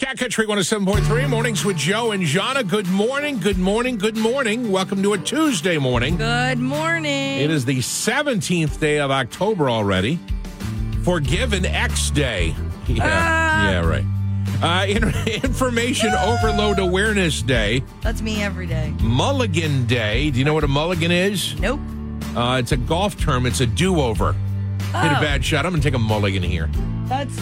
Cat Country 107.3, mornings with Joe and Jana. Good morning, good morning, good morning. Welcome to a Tuesday morning. Good morning. It is the 17th day of October already. Forgiven X Day. Yeah, Ah. yeah right. Uh, in- information Overload Awareness Day, That's me every day. Mulligan Day. Do you know what a mulligan is? Nope. Uh, it's a golf term, it's a do over. Hit a bad shot, I'm going to take a mulligan here. That's.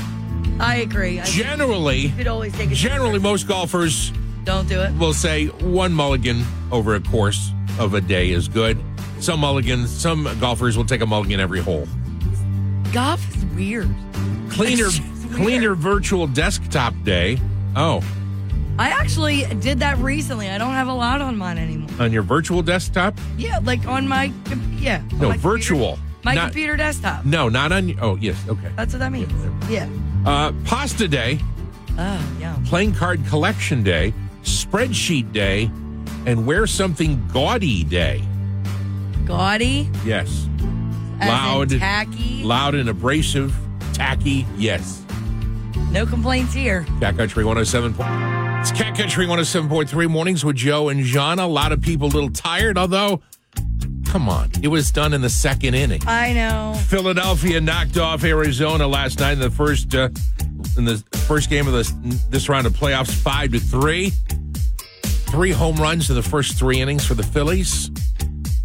I agree. I Generally, should always take a generally, most golfers Don't do it. will say one mulligan over a course of a day is good. Some mulligans, some golfers will take a mulligan every hole. Golf is weird. Cleaner, It's weird. cleaner virtual desktop day. Oh, I actually did that recently. I don't have a lot on mine anymore. on your virtual desktop? Yeah, like on my. com- Yeah. on No, my computer- virtual, my not- computer desktop. No, not on. your- Oh, yes, okay. That's what that means. Yeah. Uh, pasta day, Oh, yeah. playing card collection day, spreadsheet day, and wear something gaudy day. Gaudy. Yes, as in Loud. Tacky. loud and abrasive, tacky. Yes. No complaints here. Cat Country 107. po- It's Cat Country 107.3 mornings with Joe and Jana. A lot of people a little tired, although, come on, it was done in the second inning. I know. Philadelphia knocked off Arizona last night in the first uh, in the first game of this this round of playoffs, five to three. Three home runs in the first three innings for the Phillies.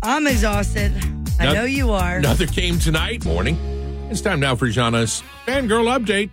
I'm exhausted. I Noth- know you are. Another game tonight morning. It's time now for Jana's fangirl update.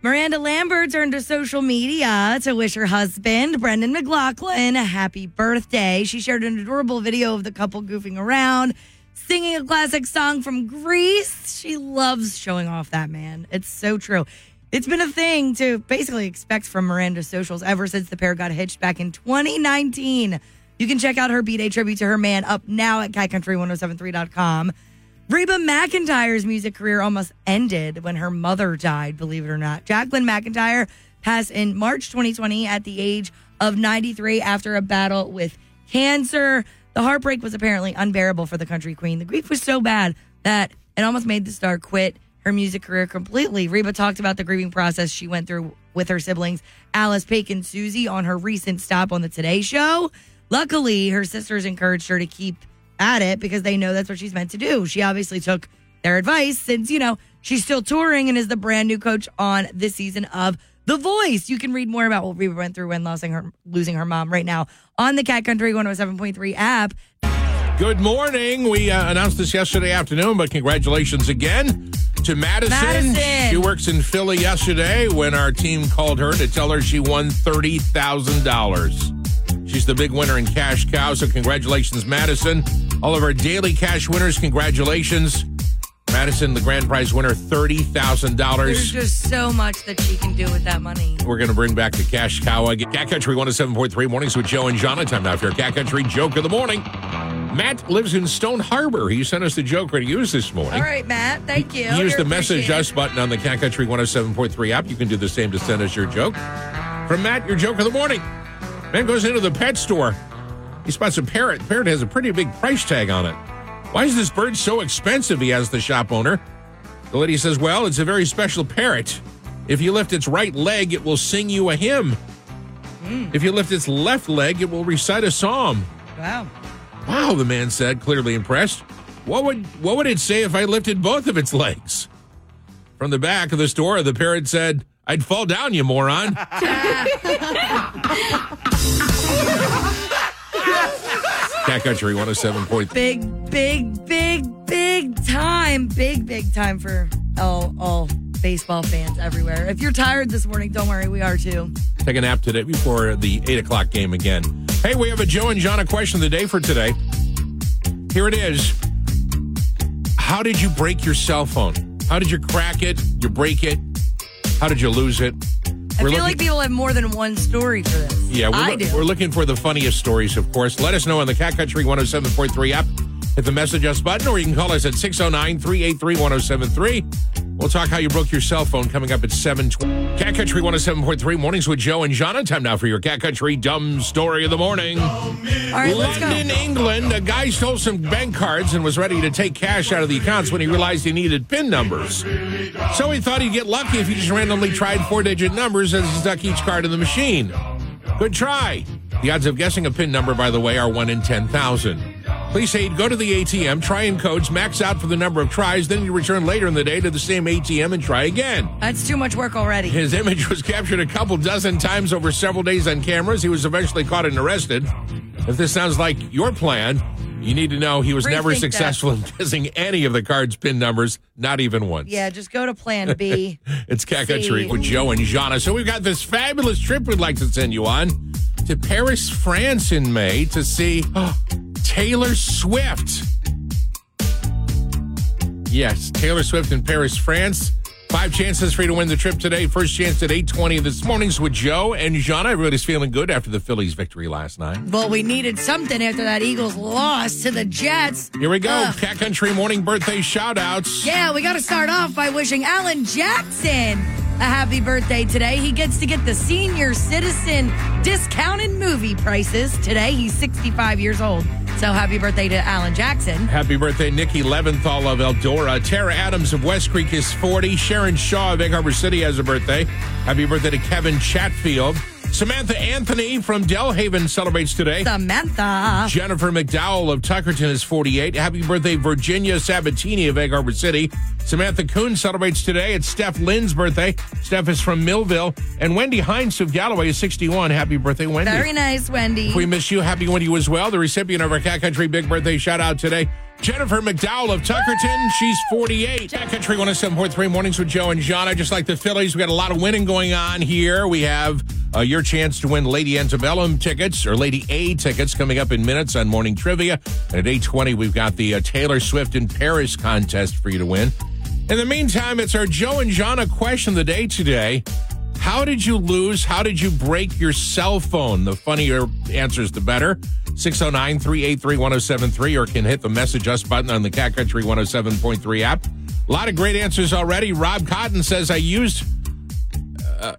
Miranda Lambert turned to social media to wish her husband, Brendan McLaughlin, a happy birthday. She shared an adorable video of the couple goofing around, singing a classic song from Greece. She loves showing off that man. It's so true. It's been a thing to basically expect from Miranda's socials ever since the pair got hitched back in 2019. You can check out her B Day tribute to her man up now at catcountry1073.com. Reba McIntyre's music career almost ended when her mother died, believe it or not. Jacqueline McIntyre passed in March 2020 at the age of 93 after a battle with cancer. The heartbreak was apparently unbearable for the country queen. The grief was so bad that it almost made the star quit her music career completely. Reba talked about the grieving process she went through with her siblings, Alice, Paik, and Susie, on her recent stop on the Today Show. Luckily, her sisters encouraged her to keep at it because they know that's what she's meant to do. She obviously took their advice since, you know, she's still touring and is the brand new coach on this season of The Voice. You can read more about what Reba went through when losing her losing her mom right now on the Cat Country 107.3 app. Good morning. We uh, announced this yesterday afternoon, but congratulations again to Madison. Madison. She works in Philly yesterday when our team called her to tell her she won $30,000. She's the big winner in Cash Cow, so congratulations, Madison. All of our daily cash winners, congratulations. Madison, the grand prize winner, There's $30,000. just so much that she can do with that money. We're going to bring back the Cash Cow again. Cat Country 107.3 mornings with Joe and John. Time now for your Cat Country joke of the morning. Matt lives in Stone Harbor. He sent us the joker to use this morning. All right, Matt. Thank you. Use the You're message appreciated. us button on the Cat Country 107.3 app. You can do the same to send us your joke. From Matt, your joke of the morning. Man goes into the pet store. He spots a parrot. Parrot has a pretty big price tag on it. Why is this bird so expensive? He asks the shop owner. The lady says, Well, it's a very special parrot. If you lift its right leg, it will sing you a hymn. If you lift its left leg, it will recite a psalm. Wow. Wow, the man said, clearly impressed. What would what would it say if I lifted both of its legs? From the back of the store, the parrot said, I'd fall down, you moron. Cat Country 107.3. Big, big, big, big time. Big, big time for all, all baseball fans everywhere. If you're tired this morning, don't worry. We are too. Take a nap today before the 8 o'clock game again. Hey, we have a Joe and Jonna question of the day for today. Here it is. How did you break your cell phone? How did you crack it? You break it? How did you lose it? I We're feel looking- like people have more than one story for this. Yeah, we're, I do. we're looking for the funniest stories, of course. Let us know on the Cat Country 107.3 app. Hit the message us button, or you can call us at 609 383 1073. We'll talk how you broke your cell phone coming up at 720. Cat Country 107.3 mornings with Joe and Jonna. Time now for your Cat Country dumb story of the morning. All right, let's go. London, England, a guy stole some bank cards and was ready to take cash out of the accounts when he realized he needed PIN numbers. So he thought he'd get lucky if he just randomly tried four digit numbers as he stuck each card in the machine. Good try. The odds of guessing a PIN number, by the way, are 1 in 10,000. Police say he'd go to the ATM, try in codes, max out for the number of tries, then he'd return later in the day to the same ATM and try again. That's too much work already. His image was captured a couple dozen times over several days on cameras. He was eventually caught and arrested. If this sounds like your plan, you need to know he was never Rethink that. successful in guessing any of the card's PIN numbers, not even once. Yeah, just go to Plan B. It's Cat See. Country with Joe and Jana. So we've got this fabulous trip we'd like to send you on to Paris, France in May to see oh, Taylor Swift. Yes, Taylor Swift in Paris, France. Five chances for you to win the trip today. First chance at 8.20 this morning's with Joe and Jana. Everybody's feeling good after the Phillies victory last night. well, we needed something after that Eagles loss to the Jets. Here we go. Ugh. Cat Country morning birthday shout outs. Yeah, we got to start off by wishing Alan Jackson a happy birthday today. He gets to get the senior citizen discounted movie prices today. He's 65 years old. So happy birthday to Alan Jackson. Happy birthday, Nikki Leventhal of Eldora. Tara Adams of West Creek is 40. Sharon Shaw of Egg Harbor City has a birthday. Happy birthday to Kevin Chatfield. Samantha Anthony from Delhaven celebrates today. Samantha. Jennifer McDowell of Tuckerton is 48. Happy birthday, Virginia Sabatini of Egg Harbor City. Samantha Kuhn celebrates today. It's Steph Lynn's birthday. Steph is from Millville. And Wendy Heinz of Galloway is 61. Happy birthday, Wendy. Very nice, Wendy. We miss you. Happy Wendy as well. The recipient of our Cat Country Big Birthday shout out today, Jennifer McDowell of Tuckerton. She's 48. Cat Country 107.3 Mornings with Joe and John. I just like the Phillies. We got a lot of winning going on here. We have uh, your chance to win Lady Antebellum tickets or Lady A tickets coming up in minutes on Morning Trivia. And at 820, we've got the uh, Taylor Swift in Paris contest for you to win. In the meantime, it's our Joe and Jana question of the day today. How did you lose? How did you break your cell phone? The funnier answers, the better. 609 383 1073 or can hit the message us button on the Cat Country 107.3 app. A lot of great answers already. Rob Cotton says, I used. uh,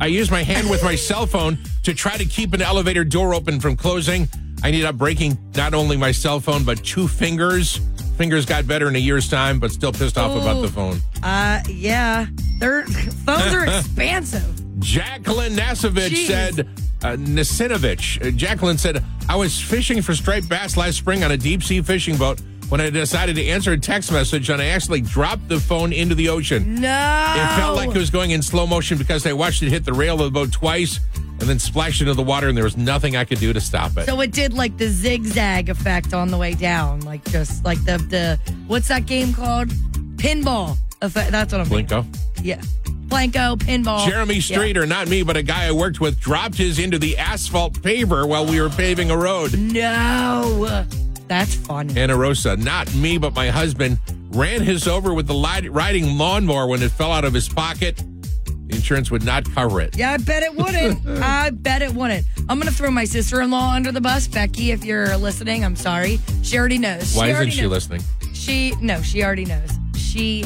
I used my hand with my cell phone to try to keep an elevator door open from closing. I ended up breaking not only my cell phone, but two fingers. Fingers got better in a year's time, but still pissed off about the phone. Uh, yeah. Their phones are expansive. Jacqueline Nasovich Jeez. said, uh, Nasinovich. Uh, Jacqueline said, I was fishing for striped bass last spring on a deep sea fishing boat when I decided to answer a text message and I actually dropped the phone into the ocean. No. It felt like it was going in slow motion because I watched it hit the rail of the boat twice and then splash into the water and there was nothing I could do to stop it. So it did like the zigzag effect on the way down, like just like the the what's that game called? Pinball effect. That's what I'm. Blinko. Thinking. Yeah, Blanco pinball. Jeremy Yeah. Streeter, not me, but a guy I worked with, dropped his into the asphalt paver while we were paving a road. No, that's funny. Ana Rosa, not me, but my husband, ran his over with the li- riding lawnmower when it fell out of his pocket. The insurance would not cover it. Yeah, I bet it wouldn't. I bet it wouldn't. I'm gonna throw my sister-in-law under the bus, Becky. If you're listening, I'm sorry. She already knows. Why isn't already she knows. listening? She no, she already knows. She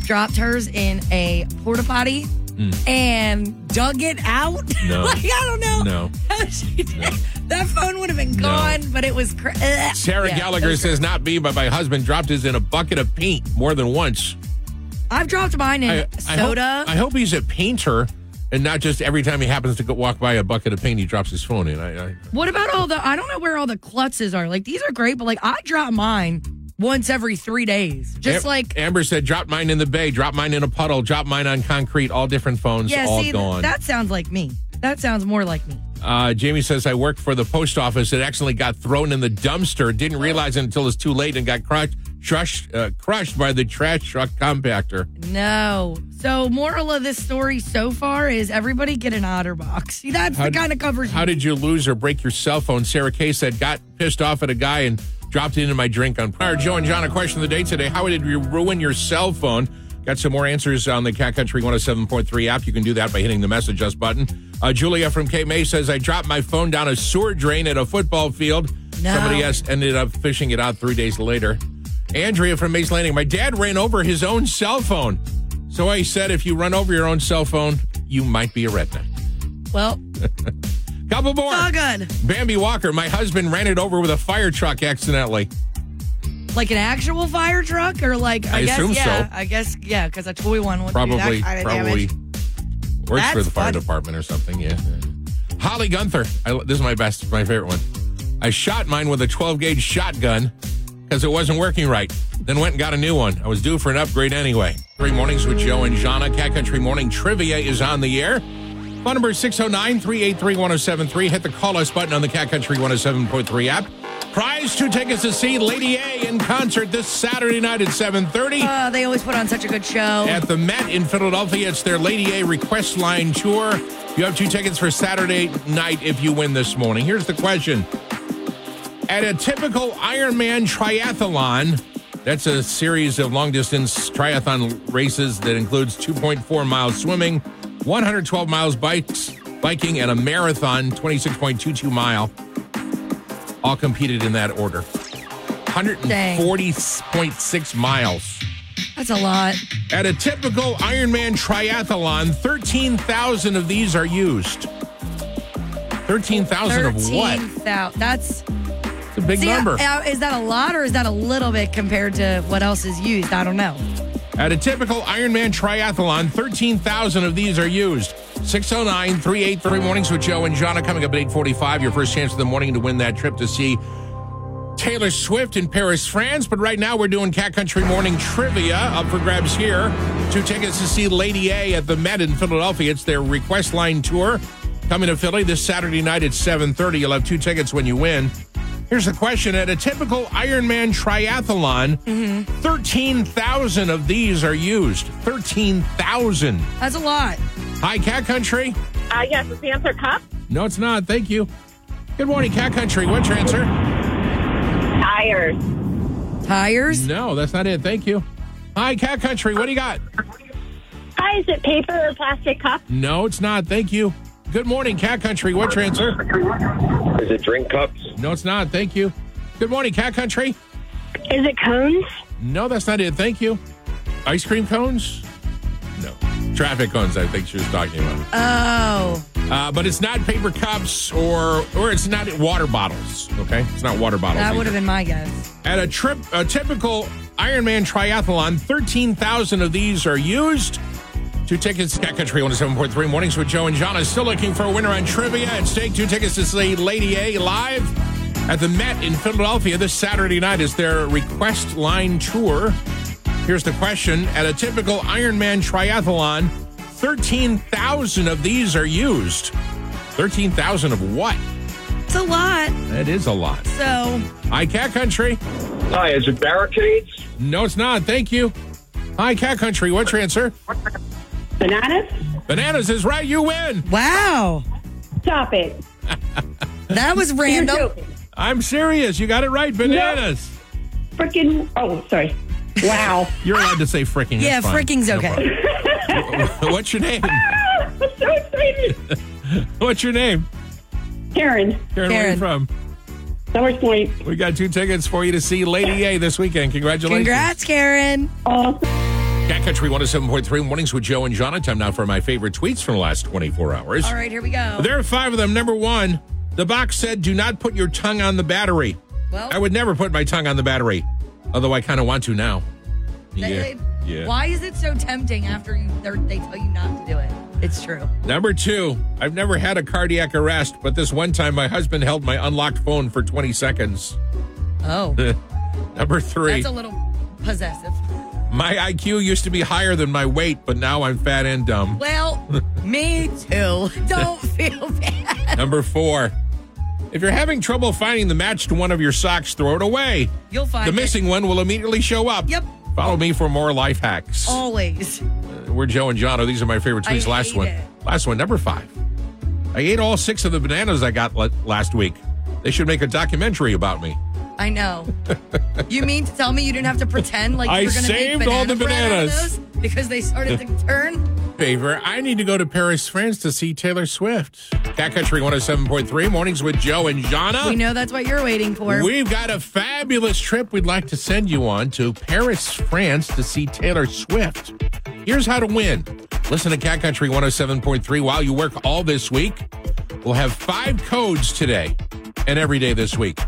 dropped hers in a porta potty and dug it out. Mm. No. like I don't know. No. how she did- That phone would have been gone, but it was. Cra- Ugh. Sarah Yeah, it Gallagher was- says, not me, but my husband dropped his in a bucket of paint more than once. "I've dropped mine in I, I hope, soda." I hope he's a painter and not just every time he happens to go walk by a bucket of paint, he drops his phone in. I, I, what about all the? I don't know where all the klutzes are. Like these are great, but like I drop mine once every three days, just Am- like. Amber said, drop mine in the bay, drop mine in a puddle, drop mine on concrete, all different phones, Yeah, all see, th- gone. that sounds like me. That sounds more like me. Uh, Jamie says, I worked for the post office. It accidentally got thrown in the dumpster. Didn't realize it until it's too late and got crushed, crushed, uh, crushed by the trash truck compactor. No. So, moral of this story so far is everybody get an otter box. See, that's the How'd- kind of coverage. How did you lose or break your cell phone? Sarah Kay said, got pissed off at a guy and dropped it into my drink on prior. Joe and John, a question of the day today. How did you ruin your cell phone? Got some more answers on the Cat Country 107.3 app. You can do that by hitting the message us button. Uh, Julia from K May says, I dropped my phone down a sewer drain at a football field. No. Somebody else ended up fishing it out three days later. Andrea from Mace Landing. My dad ran over his own cell phone. So I said, if you run over your own cell phone, you might be a redneck. Well, Couple more. all good. Bambi Walker. My husband ran it over with a fire truck accidentally. Like an actual fire truck, or like I, I guess assume yeah, so. I guess yeah, because a toy one would do Probably, that kind of probably damage. works for That's the fire funny. department or something. Yeah. Holly Gunther. I, this is my best, my favorite one. I shot mine with a 12 gauge shotgun because it wasn't working right. Then went and got a new one. I was due for an upgrade anyway. Three mornings with Joe and Jana. Cat Country Morning Trivia is on the air. Phone number 609 383 1073. Hit the call us button on the Cat Country 107.3 app. Prize two tickets to see Lady A in concert this Saturday night at 730 Uh, they always put on such a good show. at the Met in Philadelphia. It's their Lady A Request Line Tour. You have two tickets for Saturday night if you win this morning. Here's the question At a typical Ironman triathlon, that's a series of long distance triathlon races that includes 2.4 miles swimming, 112 miles bikes, biking, and a marathon, 26.22 mile. All competed in that order. 140.6 miles. That's a lot. At a typical Ironman triathlon, 13,000 of these are used. 13,000 of what? Thirteen thousand. That's It's a big see, number. uh, is that a lot or is that a little bit compared to what else is used? I don't know. At a typical Ironman triathlon, 13,000 of these are used. 609 383 Mornings with Joe and Jonna coming up at 845. Your first chance of the morning to win that trip to see Taylor Swift in Paris, France. But right now we're doing Cat Country Morning Trivia up for grabs here. Two tickets to see Lady A at the Met in Philadelphia. It's their request line tour coming to Philly this Saturday night at 7:30. You'll have two tickets when you win. Here's the question: At a typical Ironman triathlon, thirteen thousand of these are used. Thirteen thousand. That's a lot. Hi, Cat Country. Uh, yes, it's the answer cup. No, it's not. Thank you. Good morning, Cat Country. What's your answer? Tires. Tires. No, that's not it. Thank you. Hi, Cat Country. What do you got? Hi, is it paper or plastic cup? No, it's not. Thank you. Good morning, Cat Country. What's your answer? Is it drink cups? No, it's not. Thank you. Good morning, Cat Country. Is it cones? No, that's not it. Thank you. Ice cream cones? No. Traffic cones, I think she was talking about. Oh, Uh, but it's not paper cups or or it's not water bottles. Okay, it's not water bottles. that would have either. been my guess. At a trip, a typical Ironman triathlon, thirteen thousand of these are used. Two tickets, Cat Country 107.3 Mornings with Joe and John is still looking for a winner on trivia at stake. Two tickets to see Lady A live at the Met in Philadelphia this Saturday night is their request line tour. Here's the question At a typical Ironman triathlon, 13,000 of these are used. 13,000 of what? It's a lot. That is a lot. So Hi, Cat Country. Hi, is it barricades? No, it's not. Thank you. Hi, Cat Country. What's your answer? Bananas? Bananas is right. You win. wow, Stop it. that was You're random. joking. I'm serious. You got it right. Bananas. Freaking. Oh, sorry. Wow. You're allowed to say fricking. Yeah, That's fine. fricking's No okay. problem. What's your name? I'm so excited. What's your name? Karen, Karen, where are you Karen. from? Summers Point. We got two tickets for you to see Lady A this weekend. Congratulations. Congrats, Karen. Awesome. Cat Country 107.3 Mornings with Joe and John. Time now for my favorite tweets from the last 24 hours. All right, here we go. There are five of them. Number one, the box said, do not put your tongue on the battery. Well- I would never put my tongue on the battery, although I kind of want to now. They- they- yeah. Why is it so tempting after you, they're- they tell you not to do it? It's true. Number two, I've never had a cardiac arrest, but this one time my husband held my unlocked phone for 20 seconds. Oh, Number three, that's a little possessive. my IQ used to be higher than my weight, but now I'm fat and dumb. Well, me too. Don't feel bad. Number four, if you're having trouble finding the match to one of your socks, throw it away. You'll find The it. missing one will immediately show up. Yep. Oh, Follow me for more life hacks. Always. We're Joe and Jono. These are my favorite I tweets. Last hate one. it. Last one, number five. I ate all six of the bananas I got la- last week. They should make a documentary about me. I know. You mean to tell me you didn't have to pretend like I you were going to saved make banana all the bread out of bananas. those because they started to turn? favor. I need to go to Paris, France to see Taylor Swift. Cat Country 107.3, mornings with Joe and Jana. We know that's what you're waiting for. We've got a fabulous trip we'd like to send you on to Paris, France to see Taylor Swift. Here's how to win. Listen to oh Cat Country 107.3 while you work all this week. We'll have five codes today and every day this week.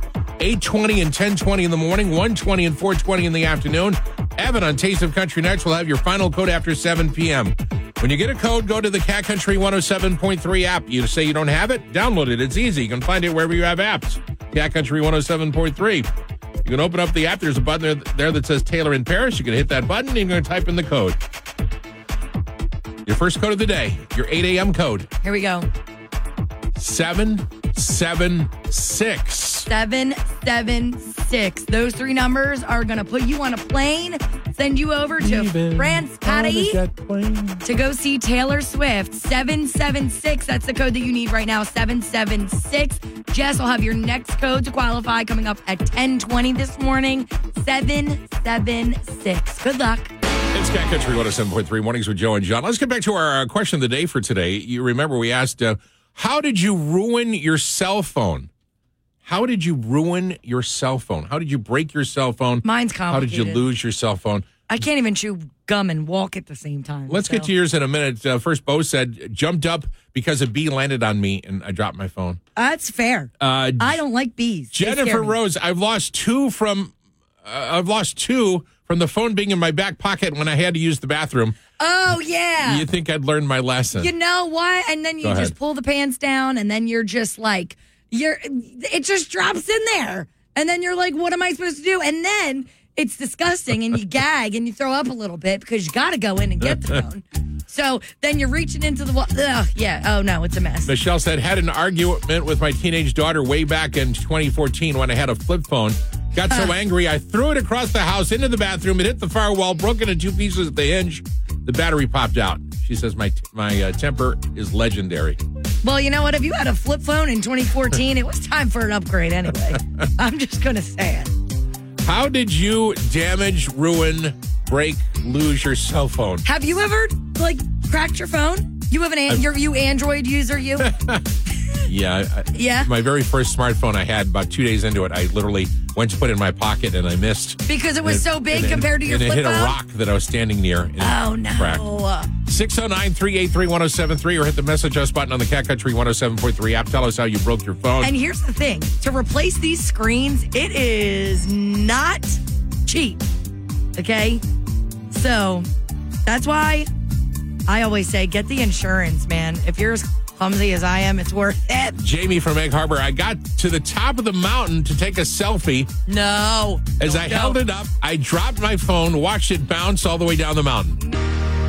820 and 1020 in the morning, 120 and 420 in the afternoon. Evan on Taste of Country Nights will have your final code after 7 p.m. When you get a code, go to the Cat Country 107.3 app. You say you don't have it, download it. It's easy. You can find it wherever you have apps. Cat Country 107.3. You can open up the app. There's a button there, there that says Taylor in Paris. You can hit that button and you're going to type in the code. Your first code of the day, your 8 a.m. code, Here we go. 776. 776. Those three numbers are going to put you on a plane, send you over to France, Patty, to go see Taylor Swift. 776. That's the code that you need right now. 776. Jess will have your next code to qualify coming up at 1020 this morning. 776. Good luck. It's Cat Country 107.3 Mornings with Joe and John. Let's get back to our uh, question of the day for today. You remember we asked, uh, how did you ruin your cell phone? How did you ruin your cell phone? How did you break your cell phone? Mine's How did complicated. you lose your cell phone? I can't even chew gum and walk at the same time. Let's get so. to yours in a minute. Uh, first, Bo said, jumped up because a bee landed on me and I dropped my phone. That's fair. Uh, I don't like bees. They scare Jennifer me. Rose, I've lost two from, uh, I've lost two from the phone being in my back pocket when I had to use the bathroom. Oh, yeah. You think I'd learned my lesson? you know what? And then you Go just ahead. pull the pants down, and then you're just like, you're, it just drops in there. And then you're like, what am I supposed to do? And then it's disgusting, and you gag and you throw up a little bit because you got to go in and get the phone. So then you're reaching into the wall. Ugh, yeah. Oh, no, it's a mess. Michelle said, had an argument with my teenage daughter way back in 2014 when I had a flip phone. Got so angry, I threw it across the house into the bathroom. It hit the firewall, broke into two pieces at the hinge. The battery popped out. She says, my, my uh, temper is legendary. Well, you know what? If you had a flip phone in 2014, it was time for an upgrade anyway. I'm just going to say it. How did you damage, ruin, break, lose your cell phone? Have you ever like cracked your phone? You have an an- you're you Android user, you? Yeah. I, I- Yeah. My very first smartphone I had about two days into it, I literally went to put it in my pocket and I missed. Because it was so big and it- compared to your And it flip hit phone. a rock that I was standing near. and it Oh no. cracked. 609 383 1073 or hit the message us button on the Cat Country 107.3 app. Tell us how you broke your phone. And here's the thing: to replace these screens, it is not cheap. Okay, so that's why I always say get the insurance, man. If you're as clumsy as I am, it's worth it. Jamie from Egg Harbor, I got to the top of the mountain to take a selfie. No, As No, I no. held it up, I dropped my phone, watched it bounce all the way down the mountain.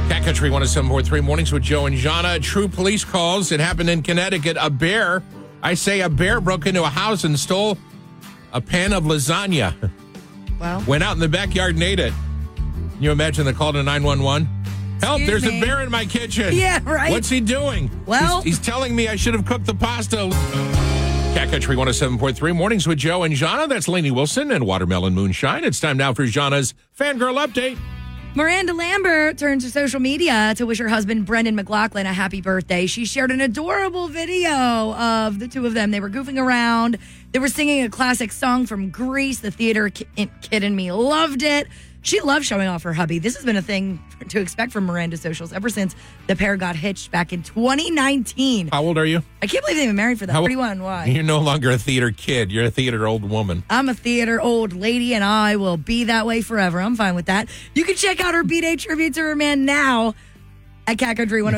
Cat Country 107.3 mornings with Joe and Jana. True police calls. It happened in Connecticut. A bear, I say a bear broke into a house and stole a pan of lasagna. Well, went out in the backyard and ate it. Can you imagine the call to 911? Help, Excuse there's me. a bear in my kitchen. Yeah, right. What's he doing? Well- he's, he's telling me I should have cooked the pasta. Cat Country 107.3 Mornings with Joe and Jana. That's Laney Wilson and Watermelon Moonshine. It's time now for Jana's Fangirl Update. Miranda Lambert turns to social media to wish her husband Brendan McLaughlin a happy birthday. She shared an adorable video of the two of them. They were goofing around. They were singing a classic song from Greece. The theater ki- kid and me loved it. She loves showing off her hubby. This has been a thing to expect from Miranda socials ever since the pair got hitched back in 2019. How old are you? I can't believe they've been married for that. How- 31. Why? You're no longer a theater kid. You're a theater old woman. I'm a theater old lady and I will be that way forever. I'm fine with that. You can check out her B Day tribute to her man now at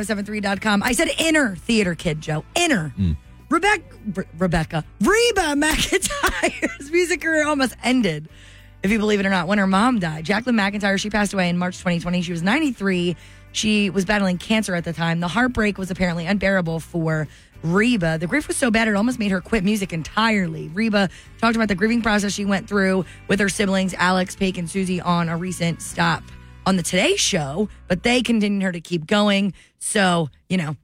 catcountry1073.com. I said inner theater kid, Joe. Inner. Rebecca, Rebecca, Reba McIntyre's music career almost ended, if you believe it or not, when her mom died. Jacqueline McIntyre, she passed away in March 2020. She was 93. She was battling cancer at the time. The heartbreak was apparently unbearable for Reba. The grief was so bad it almost made her quit music entirely. Reba talked about the grieving process she went through with her siblings, Alex, Paik, and Susie, on a recent stop on the Today Show, but they continued her to keep going. So, you know,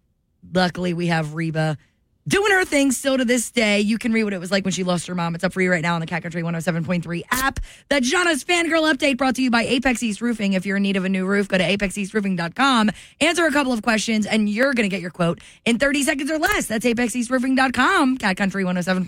luckily we have Reba doing her thing still to this day. You can read what it was like when she lost her mom. It's up for you right now on the Cat Country 107.3 app. That Jana's Fangirl Update brought to you by Apex East Roofing. If you're in need of a new roof, go to apexeastroofing.com, answer a couple of questions, and you're going to get your quote in 30 seconds or less. That's apexeastroofing.com, Cat Country 107.